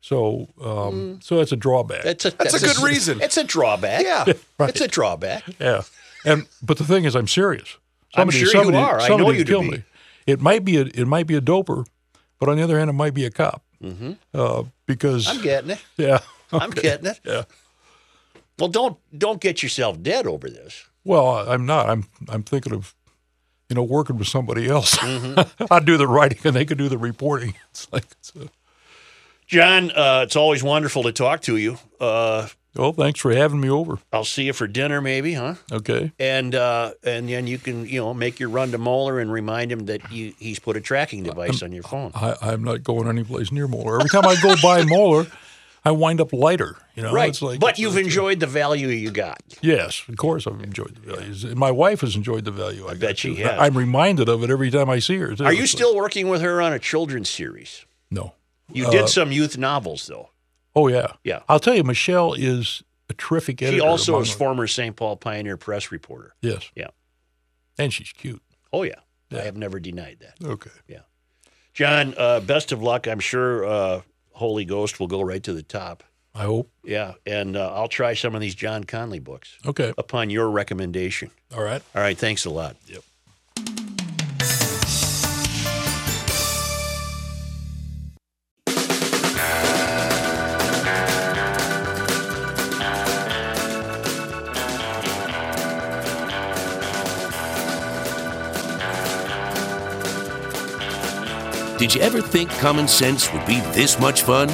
D: So, um,
A: Mm.
D: so that's a drawback.
A: That's a,
E: That's a good reason.
A: It's a drawback.
E: Yeah.
D: Right.
A: It's a drawback.
D: yeah, and but the thing is, I'm serious.
A: I'm sure you are. I know
D: somebody would
A: you to
D: kill
A: be.
D: me. It might be a, it might be a doper, but on the other hand, it might be a cop. Uh, because
A: Mm-hmm. I'm getting it.
D: yeah,
A: I'm getting it.
D: Yeah.
A: Well, don't don't get yourself dead over this.
D: well, I- I'm not. I'm I'm thinking of, you know, working with somebody else.
A: Mm-hmm.
D: I'd do the writing, and they could do the reporting. It's like, it's a,
A: John, uh, it's always wonderful to talk to you. Uh,
D: oh, thanks for having me over.
A: I'll see you for dinner, maybe, huh?
D: Okay.
A: And uh, and then you can you know make your run to Moeller and remind him that you he's put a tracking device on your phone.
D: I, I'm not going anyplace near Moeller. Every time I go by Moeller, I wind up lighter. You know,
A: right,
D: It's like,
A: but
D: it's
A: you've
D: like-
A: enjoyed the value you got.
D: Yes, of course I've enjoyed the values. And my wife has enjoyed the value. I, got,
A: bet she
D: too.
A: has.
D: I'm reminded of it every time I see her. too.
A: Are you
D: It's
A: still working with her on a children's series?
D: like- No.
A: You did some youth novels, though.
D: Oh yeah.
A: Yeah.
D: I'll tell you, Michelle is a terrific editor.
A: She also
D: among
A: is
D: the-
A: former St. Paul Pioneer Press reporter.
D: Yes.
A: Yeah.
D: And she's cute.
A: Oh yeah, I
D: Yeah.
A: have never denied that.
D: Okay.
A: John, uh, best of luck. I'm sure uh, Holy Ghost will go right to the top.
D: I hope.
A: Yeah, and uh, I'll try some of these John Conley books
D: Okay.
A: upon your recommendation.
D: All right.
A: All right, thanks a lot.
F: Did you ever think common sense would be this much fun?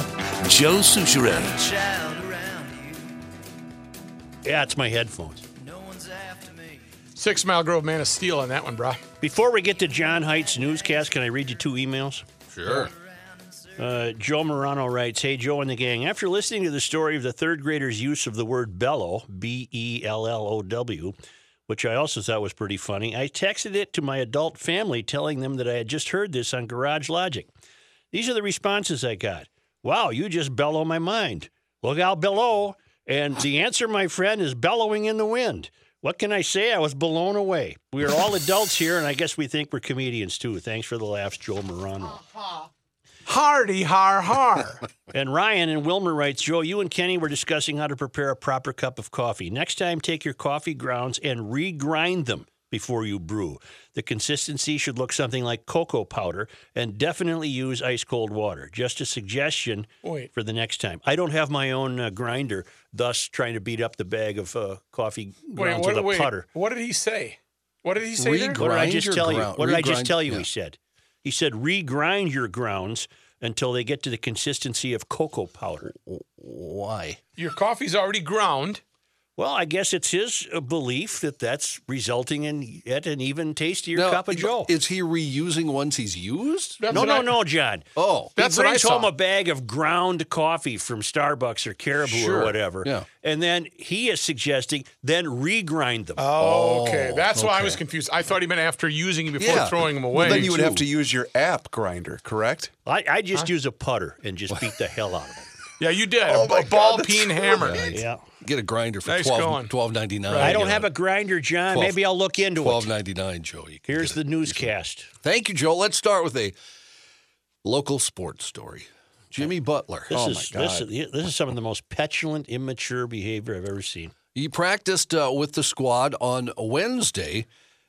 F: Joe Souchere.
G: child around you.
A: Yeah, it's my headphones.
G: No one's after me.
H: Six Mile Grove Man of Steel on that one, brah.
A: Before we get to John Heights newscast, can I read you two emails?
H: Sure.
A: Uh, Joe Morano writes, "Hey Joe and the gang, after listening to the story of the third grader's use of the word bellow, B E L L O W, which I also thought was pretty funny, I texted it to my adult family, telling them that I had just heard this on Garage Logic. These are the responses I got: Wow, you just bellow my mind. Look out below. And the answer, my friend, is bellowing in the wind. What can I say? I was blown away. We are all adults here, and I guess we think we're comedians too. Thanks for the laughs, Joe Morano."
H: Hardy har har.
A: And Ryan and Wilmer writes, Joe, you and Kenny were discussing how to prepare a proper cup of coffee. Next time, take your coffee grounds and regrind them before you brew. The consistency should look something like cocoa powder and definitely use ice cold water. Just a suggestion
H: Wait.
A: for the next time. I don't have my own uh, grinder, thus trying to beat up the bag of uh, coffee
H: Wait,
A: grounds with
H: what,
A: a
H: wait,
A: putter.
H: what did he say? What did he say there?
A: What did I
I: Grind
A: just
I: your
A: tell you?
I: ground-
A: What did I just
I: regrind-
A: tell you? He
I: yeah.
A: said. He said, regrind your grounds until they get to the consistency of cocoa powder.
I: Why?
H: Your coffee's already ground.
A: Well, I guess it's his uh, belief that that's resulting in yet an even tastier cup of Joe.
I: Is he reusing ones he's used?
H: That's
A: No,
H: what
A: no,
H: I-
A: no, John.
I: Oh,
H: That's
A: he
H: what I
A: brings
H: saw.
A: home a bag of ground coffee from Starbucks or Caribou or
I: Sure,
A: whatever,
I: yeah.
A: and then he is suggesting then regrind them.
H: Oh, okay.
I: Oh,
H: That's why I was
I: okay.
H: confused. I thought he meant after using him before throwing him away.
E: Well, then you would have to use your app grinder, correct?
A: I, I just use a putter and just beat the hell out of it.
H: yeah, you did.
E: Oh
H: a a ball peen hammer.
A: Yeah,
I: get a grinder for
H: Nice going.
I: twelve twelve ninety nine.
A: I don't have a grinder, John.
I: Twelve-
A: Maybe I'll look into
I: twelve
A: it.
I: ninety nine, Joe. You can
A: Here's
I: get it.
A: the newscast.
I: Thank you, Joe. Let's start with a local sports story. Jimmy Butler.
A: This
I: oh
A: is
I: my God.
A: this is this is some of the most petulant, immature behavior I've ever seen.
I: He practiced uh, with the squad on Wednesday.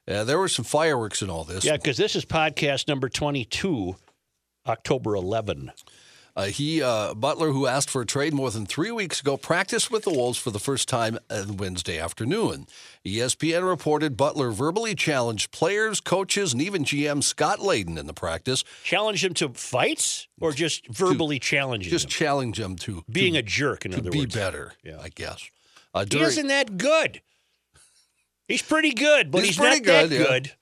I: Uh, there were some fireworks and all this.
A: Yeah, because this is podcast number 22, October 11.
I: Uh, he uh, Butler, who asked for a trade more than three weeks ago, practiced with the Wolves for the first time on Wednesday afternoon. E ESPN reported Butler verbally challenged players, coaches, and even GM Scott Layden in the practice,
A: Challenge him to fights or just verbally challenging
I: just
A: him?
I: challenge them to
A: Being
I: to,
A: a jerk, in
I: to
A: other
I: be
A: words.
I: better. I guess. Uh,
A: He
I: during,
A: isn't that good. He's pretty good, but he's,
I: He's
A: not
I: pretty
A: that
I: good, yeah.
A: good.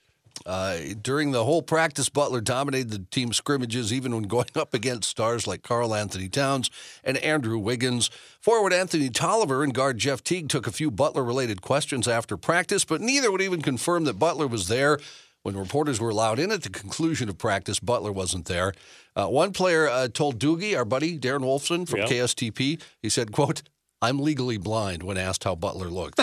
I: uh, during the whole practice, Butler dominated the team scrimmages, even when going up against stars like Carl Anthony Towns and Andrew Wiggins. Forward Anthony Tolliver and guard Jeff Teague took a few Butler related questions after practice, but neither would even confirm that Butler was there. When reporters were allowed in at the conclusion of practice, Butler wasn't there. Uh, one player uh, told Doogie, our buddy Darren Wolfson from
A: Yeah.
I: KSTP, he said, quote, I'm legally blind when asked how Butler looked.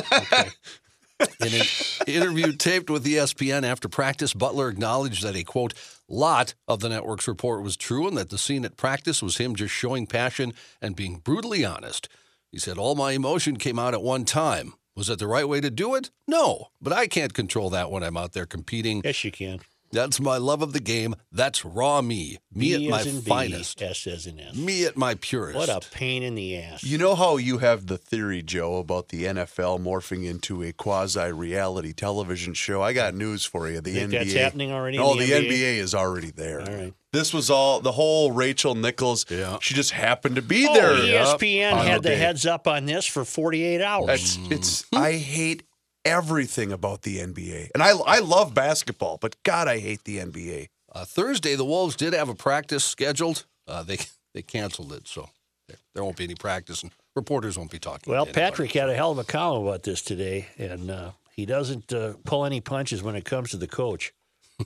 I: In an interview taped with E ESPN after practice, Butler acknowledged that a quote, lot of the network's report was true and that the scene at practice was him just showing passion and being brutally honest. He said, All my emotion came out at one time. Was it the right way to do it? No, but I can't control that when I'm out there competing.
A: Yes, you can.
I: That's my love of the game. That's raw me. Me
A: B
I: at my
A: as in B,
I: finest.
A: S as in S.
I: Me at my purest.
A: What a pain in the ass.
E: You know how you have the theory, Joe, about the NFL morphing into a quasi reality television show? I got news for you. The
A: Think
E: NBA.
A: that's happening already in
E: No,
A: the
E: the,
A: NBA?
E: NBA? is already there.
A: All right.
E: This was all the whole Rachel Nichols.
I: Yeah.
E: She just happened to be
A: Oh,
E: there.
I: uh,
A: ESPN
E: on
A: had the
E: day.
A: heads up on this for 48 hours.
E: That's it's. I hate everything about the NBA, and I I love basketball, but God, I hate the NBA.
I: Uh, Thursday, the Wolves did have a practice scheduled. Uh, they they canceled it, so there, there won't be any practice, and reporters won't be talking.
A: Well,
I: to anybody.
A: Patrick had a hell of a column about this today, and uh, he doesn't uh, pull any punches when it comes to the coach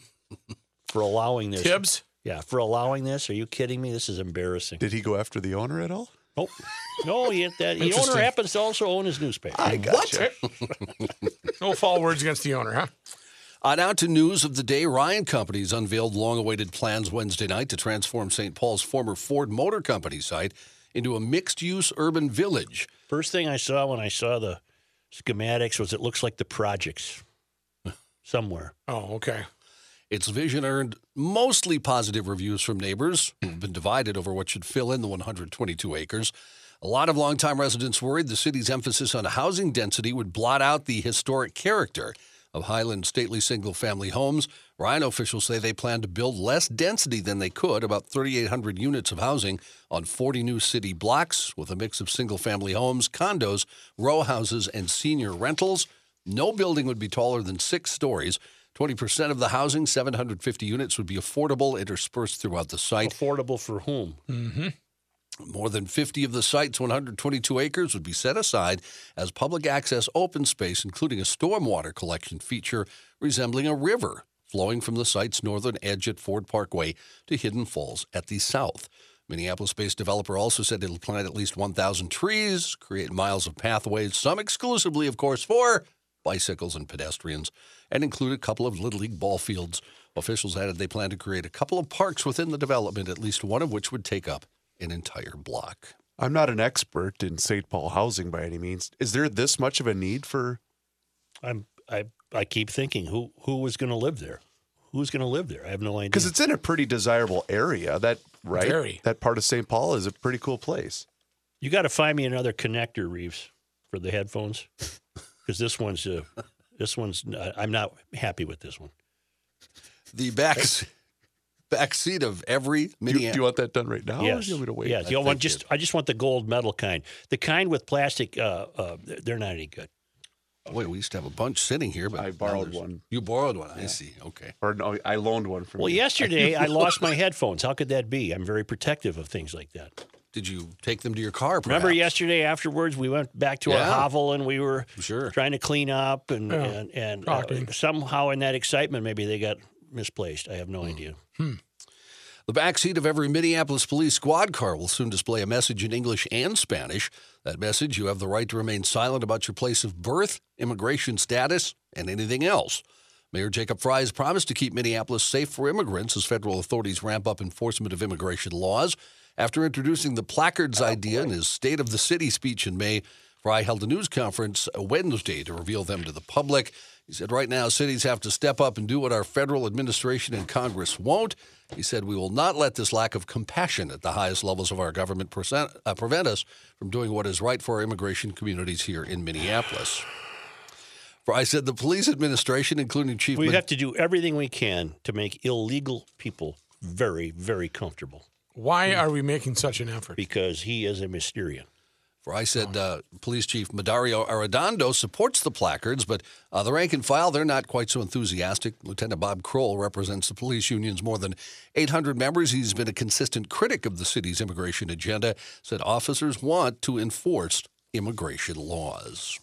A: for allowing this.
H: Tibbs?
A: Yeah, for allowing this. Are you kidding me? This is embarrassing.
E: Did he go after the owner at all?
A: Oh, no, he, that, the owner happens to also own his newspaper.
E: What?
H: No foul words against the owner, huh?
I: On out Uh, to news of the day, Ryan Companies unveiled long-awaited plans Wednesday night to transform St. Paul's former Ford Motor Company site into a mixed use urban village.
A: First thing I saw when I saw the schematics was it looks like the projects somewhere.
H: Oh, okay.
I: Its vision earned mostly positive reviews from neighbors who've been divided over what should fill in the 122 acres. A lot of longtime residents worried the city's emphasis on housing density would blot out the historic character of Highland stately single family homes. Rhino officials say they plan to build less density than they could, about 3,800 units of housing on 40 new city blocks with a mix of single family homes, condos, row houses, and senior rentals. No building would be taller than six stories. 20% of the housing, 750 units, would be affordable, interspersed throughout the site.
A: Affordable for whom?
I: More than 50 of the site's 122 acres would be set aside as public access open space, including a stormwater collection feature resembling a river flowing from the site's northern edge at Ford Parkway to Hidden Falls at the south. Minneapolis based developer also said it'll plant at least 1,000 trees, create miles of pathways, some exclusively, of course, for bicycles and pedestrians, and include a couple of Little League ball fields. Officials added they plan to create a couple of parks within the development, at least one of which would take up an entire block.
E: I'm not an expert in St. Paul housing by any means. Is there this much of a need for?
A: I'm I I keep thinking who who was going to live there? Who's going to live there? I have no idea.
E: Because it's in a pretty desirable area. That right?
H: Very.
E: That part of St. Paul is a pretty cool place.
A: you got to find me another connector, Reeves, for the headphones, because this one's uh, this one's I- I'm not happy with this one.
I: The back, back seat of
E: Do
I: every
E: you,
I: Minneapolis.
E: do you want that done right now? or
A: yes,
E: do you want me to wait?
A: yes. You don't want just I just want the gold medal kind. The kind with plastic, uh, uh, they're not any good.
I: Wait, we used to have a bunch sitting here, but
E: I
I: now
E: borrowed
I: there's-
E: one.
I: You borrowed one. I see. Okay.
E: Or no, I loaned one from
A: Well,
E: you.
A: yesterday I lost my headphones. How could that be? I'm very protective of things like that.
I: Did you take them to your car? Perhaps?
A: Remember yesterday afterwards we went back to our
I: Yeah.
A: hovel and we were
I: Sure.
A: trying to clean up and
H: Yeah.
A: and, and uh,
H: Talking.
A: somehow in that excitement maybe they got misplaced. I
E: Hmm.
A: have no idea.
I: The backseat of every Minneapolis police squad car will soon display a message in English and Spanish. That message, you have the right to remain silent about your place of birth, immigration status, and anything else. Mayor Jacob Fry has promised to keep Minneapolis safe for immigrants as federal authorities ramp up enforcement of immigration laws. After introducing the placards idea in his State of the City speech in May, Fry held a news conference uh, Wednesday to reveal them to the public. He said, right now, cities have to step up and do what our federal administration and Congress won't. He said, we will not let this lack of compassion at the highest levels of our government percent, uh, prevent us from doing what is right for our immigration communities here in Minneapolis. Fry said, the police administration, including Chief
A: We
I: Mc-
A: have to do everything we can to make illegal people very very comfortable
H: Why are we making such an effort?
A: because he is a Mysterian.
I: For I said, uh, Police Chief Madario Arredondo supports the placards, but uh, the rank and file, they're not quite so enthusiastic. Lieutenant Bob Kroll represents the police union's more than 800 members. He's been a consistent critic of the city's immigration agenda, said officers want to enforce immigration laws.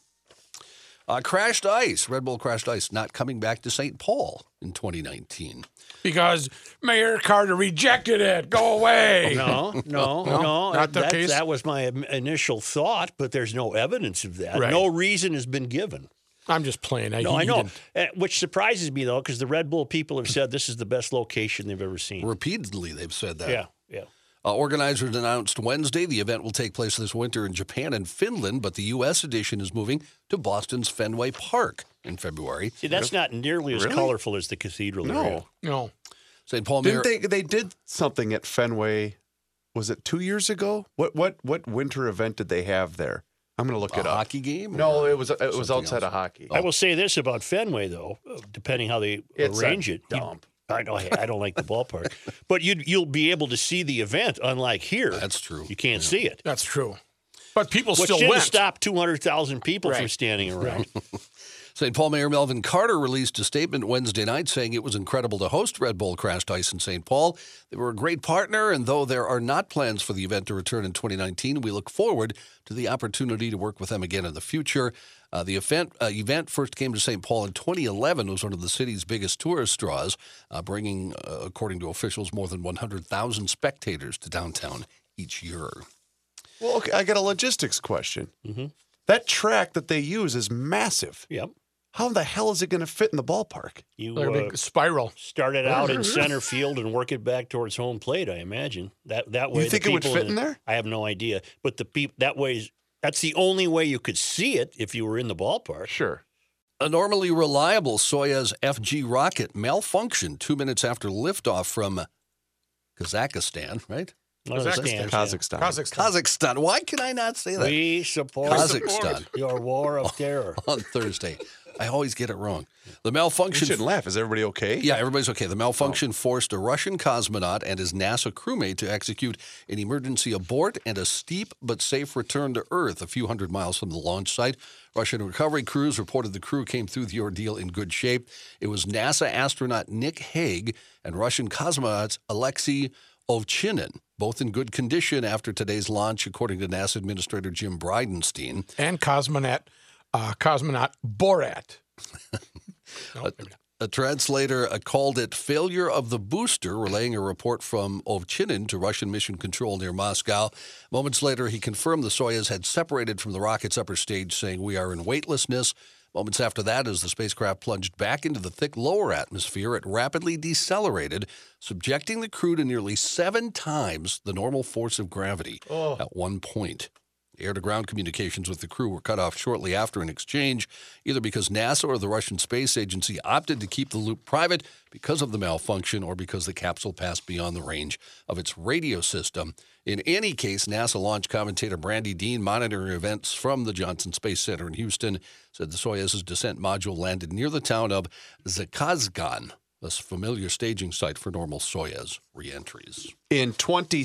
I: Uh, crashed ice, Red Bull crashed ice, not coming back to St. Paul in 2019.
H: Because Mayor Carter rejected it. Go away.
A: No, no, no.
H: not the
A: that,
H: case?
A: that was my im- initial thought, but there's no evidence of that.
H: Right.
A: No reason has been given.
H: I'm just playing. I,
A: No, I
H: you
A: know,
H: didn't-
A: Uh, which surprises me though, because the Red Bull people have said this is the best location they've ever seen.
I: Repeatedly, they've said that.
A: Yeah, yeah.
I: Uh, organizers announced Wednesday the event will take place this winter in Japan and Finland, but the U.S. edition is moving to Boston's Fenway Park in February.
A: See, that's not nearly as colorful as the cathedral. area.
E: no.
H: No.
I: St. Paul Mayor
E: Didn't they? They did something at Fenway. Was it two years ago? What what what winter event did they have there? I'm gonna look
I: a
E: it up.
I: hockey game?
E: No,
I: or-
E: it was it was
I: something
E: outside
I: else?
E: of hockey.
A: I will say this about Fenway, though, uh, depending how they
E: Oh. It's a
A: arrange it. you-
E: dump.
A: I know I I don't like the ballpark, but you you'll be able to see the event. Unlike here,
I: That's true.
A: You can't see it,
H: That's true. But people
A: which
H: still
A: didn't
H: went.
A: stop two hundred thousand people from
H: Right.
A: standing around.
I: St. Paul Mayor Melvin Carter released a statement Wednesday night saying it was incredible to host Red Bull Crashed Ice in St. Paul. They were a great partner, and though there are not plans for the event to return in 2019, we look forward to the opportunity to work with them again in the future. Uh, the event, uh, event first came to St. Paul in 2011, was one of the city's biggest tourist draws, uh, bringing, uh, according to officials, more than 100,000 spectators to downtown each year.
E: Well, Mm-hmm. okay, I got a logistics question. That track that they use is massive.
A: yep.
E: How the hell is it going to fit in the ballpark?
A: You
H: Like a
A: uh,
H: big spiral.
A: start it out in center field and work it back towards home plate. I imagine that that way. the
E: think it would
A: people
E: fit in there?
A: I have no idea, but the peop that way. That's the only way you could see it if you were in the ballpark.
C: Sure.
I: A normally reliable Soyuz FG rocket malfunctioned two minutes after liftoff from Kazakhstan, right?
A: One of the stands, yeah.
E: Kazakhstan.
H: Kazakhstan.
I: Kazakhstan. Why can I not say that?
A: We support
I: Kazakhstan
A: your war of terror.
I: on Thursday. I always get it wrong. The
E: You
I: malfunction.
E: shouldn't laugh. Is everybody okay?
I: Yeah, everybody's okay. The malfunction forced a Russian cosmonaut and his NASA crewmate to execute an emergency abort and a steep but safe return to Earth a few hundred miles from the launch site. Russian recovery crews reported the crew came through the ordeal in good shape. It was NASA astronaut Nick Haig and Russian cosmonauts Alexei Ovchinin, both in good condition after today's launch, according to NASA Administrator Jim Bridenstine.
H: And cosmonaut, uh, cosmonaut Borat.
I: A translator uh, called it failure of the booster, relaying a report from Ovchinin to Russian mission control near Moscow. Moments later, he confirmed the Soyuz had separated from the rocket's upper stage, saying, We are in weightlessness. Moments after that, as the spacecraft plunged back into the thick lower atmosphere, it rapidly decelerated, subjecting the crew to nearly seven times the normal force of gravity at one point. Air to ground communications with the crew were cut off shortly after an exchange, either because NASA or the Russian Space Agency opted to keep the loop private because of the malfunction or because the capsule passed beyond the range of its radio system. In any case, NASA launch commentator Brandy Dean, monitoring events from the Johnson Space Center in Houston, said the Soyuz's descent module landed near the town of Zakazgan, a familiar staging site for normal Soyuz reentries.
E: In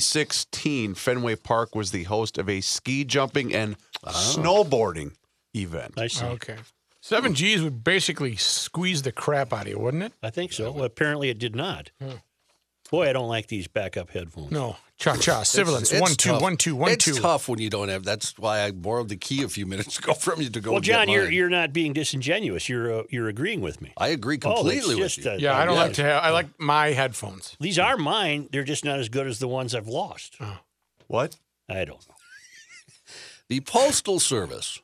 E: 2016, Fenway Park was the host of a ski jumping and snowboarding event.
A: I see.
H: Okay. Seven G's would basically squeeze the crap out of you, wouldn't it?
A: I think so. Well, apparently it did not. Boy, I don't like these backup headphones.
H: No. Cha cha. Sibilance. One two
I: tough.
H: one two one
I: it's
H: two.
I: tough when you don't have. That's why I borrowed the key a few minutes ago from you to go.
A: Well,
I: and get
A: John, you're
I: mine.
A: you're not being disingenuous. You're uh, you're agreeing with me.
I: I agree
A: oh,
I: completely
A: it's
I: with
A: just
I: you.
A: a-
H: Yeah, I don't
I: Yeah.
H: like to have. I like my headphones.
A: These are mine. They're just not as good as the ones I've lost.
E: What?
A: I don't know.
I: the Postal Service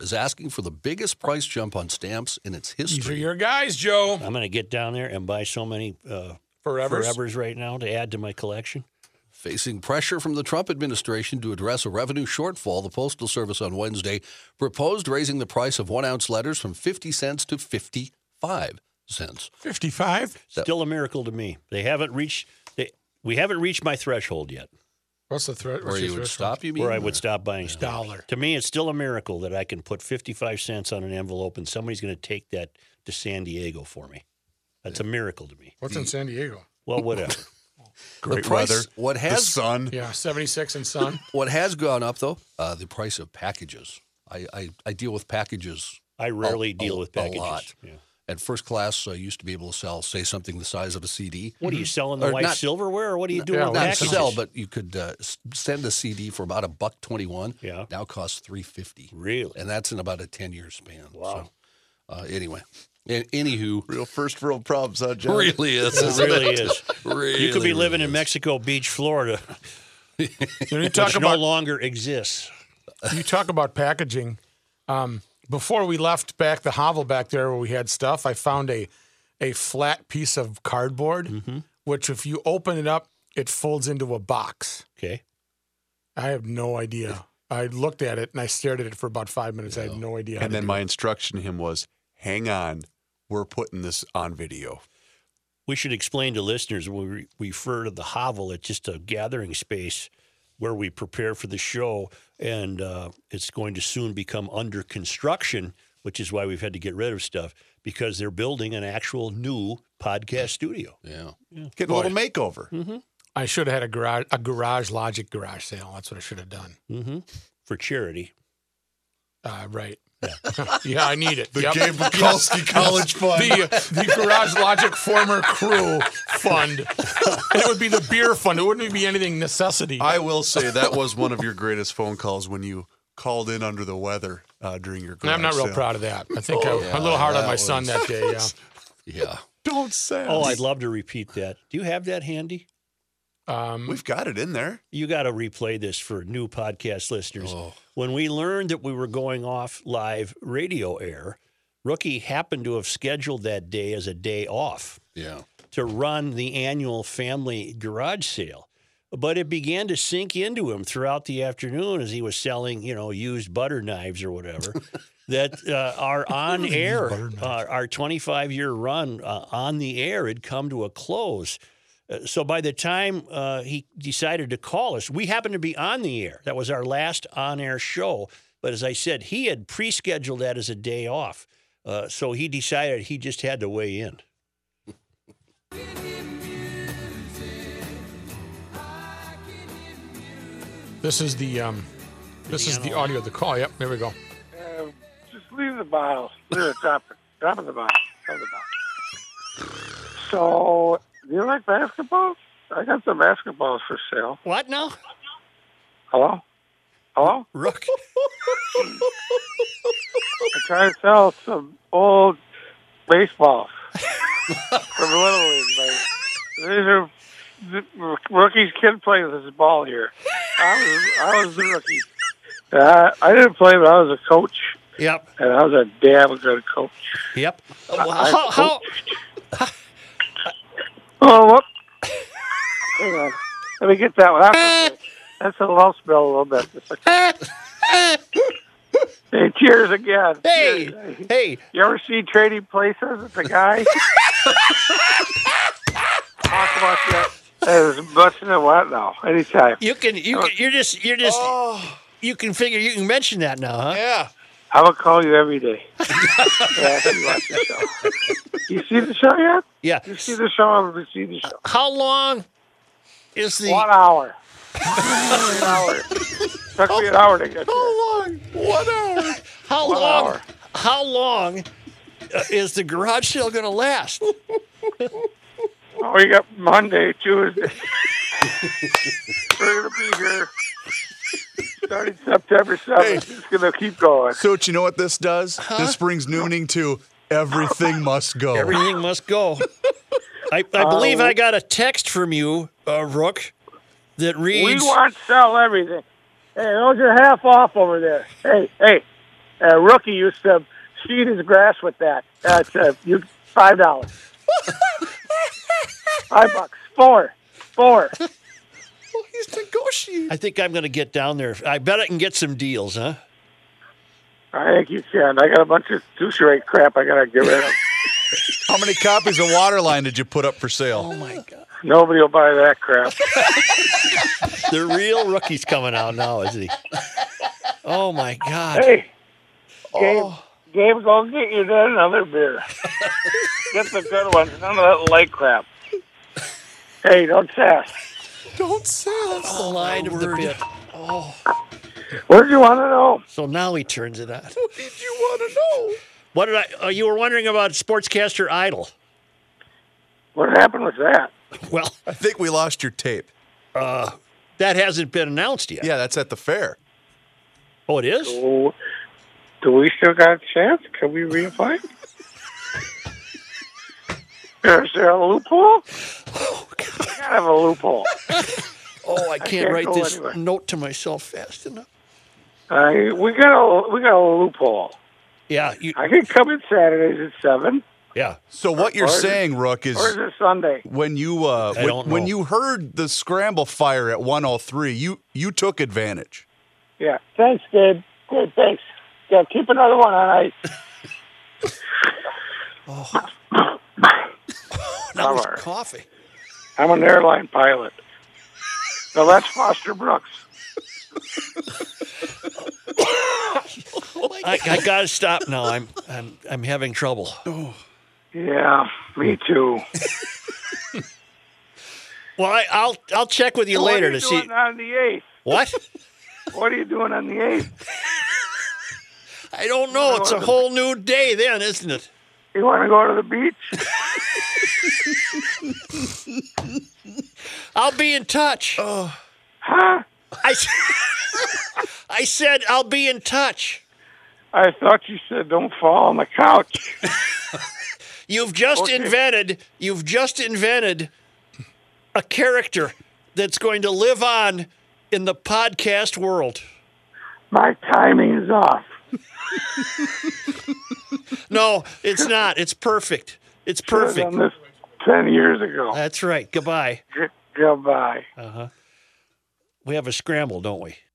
I: is asking for the biggest price jump on stamps in its
H: These are
I: history.
H: your guys, Joe.
A: I'm going to get down there and buy so many uh,
H: Forever.
A: forevers right now to add to my collection.
I: Facing pressure from the Trump administration to address a revenue shortfall, the Postal Service on Wednesday proposed raising the price of one ounce letters from 50 cents to 55 cents.
H: Fifty-five.
A: Still a miracle to me. They haven't reached. They, we haven't reached my threshold yet,
H: What's the threat?
I: Where you would stop, you mean?
A: where I would stop buying stuff.
H: Dollar.
A: To me, it's still a miracle that I can put 55 cents on an envelope and somebody's going to take that to San Diego for me. That's a miracle to me.
H: What's in San Diego?
A: Well, whatever.
E: Great
I: price-
E: weather.
I: what
E: the
I: has-
E: sun?
H: Yeah, seventy-six and sun.
I: What has gone up, though, uh, the price of packages. I, I, I deal with packages
A: I rarely
I: a-
A: deal with
I: a
A: packages.
I: lot.
A: Yeah.
I: And first class, I used to be able to sell, say, something the size of a CD.
A: What are you selling the
I: Or
A: white
I: not-
A: silverware, or what are you doing
H: yeah,
A: with
I: Not
A: packages?
I: sell, but you could uh, s- send a CD for about a buck twenty-one.
A: Yeah.
I: Now costs three fifty,
A: really,
I: and that's in about a ten-year span.
A: Wow.
I: So, uh, anyway, a- anywho,
E: Real first world problems, huh, John?
I: really is.
A: it
I: isn't
A: really
I: it?
A: is.
I: Really,
A: You could be living
I: really
A: in
I: is.
A: Mexico Beach, Florida,
H: You, know, you talk
A: which no
H: about
A: longer exists.
H: you talk about packaging. Um, before we left back the hovel back there where we had stuff, I found a a flat piece of cardboard,
E: Mm-hmm.
H: which if you open it up, it folds into a box.
A: Okay.
H: I have no idea. I looked at it and I stared at it for about five minutes. I had no idea. how
E: And
H: to
E: then
H: do
E: my instruction to him was hang on, we're putting this on video.
A: We should explain to listeners when we re- refer to the hovel, it's just a gathering space where we prepare for the show, and uh, it's going to soon become under construction, which is why we've had to get rid of stuff because they're building an actual new podcast studio.
I: Yeah.
E: Getting a little makeover.
H: I should have had a garage a garage logic garage sale. That's what I should have done.
A: hmm For charity.
H: Uh, right. Yeah. I need it.
E: The
H: Yep.
E: Gabe Bukowski College Fund.
H: the the Garage Logic former crew fund. And it would be the beer fund. It wouldn't be anything necessity.
E: I will say that was one of your greatest phone calls when you called in under the weather uh, during your.
H: And I'm not
E: garage
H: real
E: sale.
H: proud of that. I think I, I'm a little hard on my son that day. Yeah.
I: Yeah.
E: Don't say.
A: Oh, I'd love to repeat that. Do you have that handy?
H: Um,
E: We've got it in there.
A: You got to replay this for new podcast listeners. When we learned that we were going off live radio air, Rookie happened to have scheduled that day as a day off
I: Yeah.
A: to run the annual family garage sale. But it began to sink into him throughout the afternoon as he was selling, you know, used butter knives or whatever that uh, are on air. Uh, our 25 year run uh, on the air had come to a close. Uh, so by the time uh, he decided to call us, we happened to be on the air. That was our last on air show. But as I said, he had pre scheduled that as a day off. Uh, so he decided he just had to weigh in.
H: This is the um, this is the audio of the call. Yep, there we go.
J: Just leave the bottle. Leave it. Drop it. Drop it in the bottle. Drop it in the bottle. So, do you like basketballs? I got some basketballs for sale.
A: What now?
J: Hello? Hello?
A: Rook.
J: I'm trying to sell some old baseballs from Little League. Like, these are the rookies can play with this ball here. I was, I was the rookie. Uh, I didn't play, but I was a coach,
A: Yep.
J: and I was a damn good coach.
A: Yep. how, how,
J: Oh, whoop. Hang on. Let me get that one. That's, that's a low smell a little bit. It's okay. hey, cheers again.
A: hey,
J: Cheers.
A: hey,
J: You ever see Trading Places with the guy? Talk about that. There's busting and what now? Anytime.
A: you can, you
J: Uh,
A: can, you're just, you're just,
J: oh.
A: you can figure, you can mention that now, huh?
E: Yeah.
J: I will call you every day. yeah, you, watch the show. you see the show yet?
A: Yeah.
J: You see the show? I've see the show.
A: How long is the?
J: One hour. One hour. Took me an hour to get there.
A: How
J: Oh, One
A: long?
J: hour.
A: How long uh, is the garage sale going to last?
J: Oh, we got Monday, Tuesday. We're gonna be here starting September seventh. It's gonna keep going.
E: So, what you know what this does? This brings Nooning to everything must go.
A: Everything must go. I, I believe
J: Oh.
A: I got a text from you, uh, Rook, that
J: We
A: reads.
J: want to sell everything. Hey, those are half off over there. Hey, hey, uh, rookie used to seed his grass with that. That's uh, you five dollars, five bucks, four, four.
E: Oh,
A: I think I'm going to get down there. I bet I can get some deals, huh?
J: I think you can. I got a bunch of two-rate crap. I gotta get rid of.
E: How many copies of Waterline did you put up for sale?
J: Oh Nobody will buy that crap.
A: The real rookie's coming out now, isn't he? Oh my God!
J: Hey, Gabe, Gabe, go get you that another beer. get the good ones, none of that light crap. Hey, don't sass.
A: the
E: Oh,
A: line of the bit.
J: What do you want to know?
A: So now he turns it on. What did you want to know? What did I? Uh, you were wondering about sportscaster idol.
J: What happened with that?
A: Well,
E: I think we lost your tape.
A: that hasn't been announced yet.
E: Yeah, that's at the fair.
A: Oh, it is.
J: Oh, do we still got a chance? Can we reapply? Is there a loophole? I gotta have a loophole.
A: Oh, I can't,
J: can't
A: write
J: go
A: this
J: anywhere.
A: note to myself fast enough.
J: I, we got a we got a loophole.
A: Yeah, you,
J: I can come in Saturdays at seven,
A: yeah.
E: So, what you're
J: Or is it-
E: saying, Rook, is
J: or is it Sunday?
E: when you uh,
A: I don't
E: when, when
A: know.
E: you heard the scramble fire at 103, you you took advantage.
J: Yeah. Thanks, Gabe. Good, thanks. Yeah, keep another one on ice.
A: That Oh, was
J: Hour.
A: coffee.
J: I'm an airline pilot. Now that's Foster Brooks.
A: I, I gotta stop now. I'm I'm I'm having trouble.
J: Yeah, me too.
A: Well, I, I'll I'll check with Oh, you
J: what
A: later
J: are you
A: to
J: doing
A: see
J: on the eighth?
A: what.
J: What are you doing on the eighth?
A: I don't know. It's a whole new day then, isn't it?
J: You want to go to the beach?
A: I'll be in touch.
J: Huh?
A: I, s- I said I'll be in touch.
J: I thought you said don't fall on the couch.
A: You've just
J: Okay.
A: invented. You've just invented a character that's going to live on in the podcast world.
J: My timing is off.
A: No, it's not. It's perfect. It's
J: Should've
A: perfect.
J: done this ten years ago.
A: That's right. Goodbye.
J: G- Goodbye.
A: Uh huh. We have a scramble, don't we?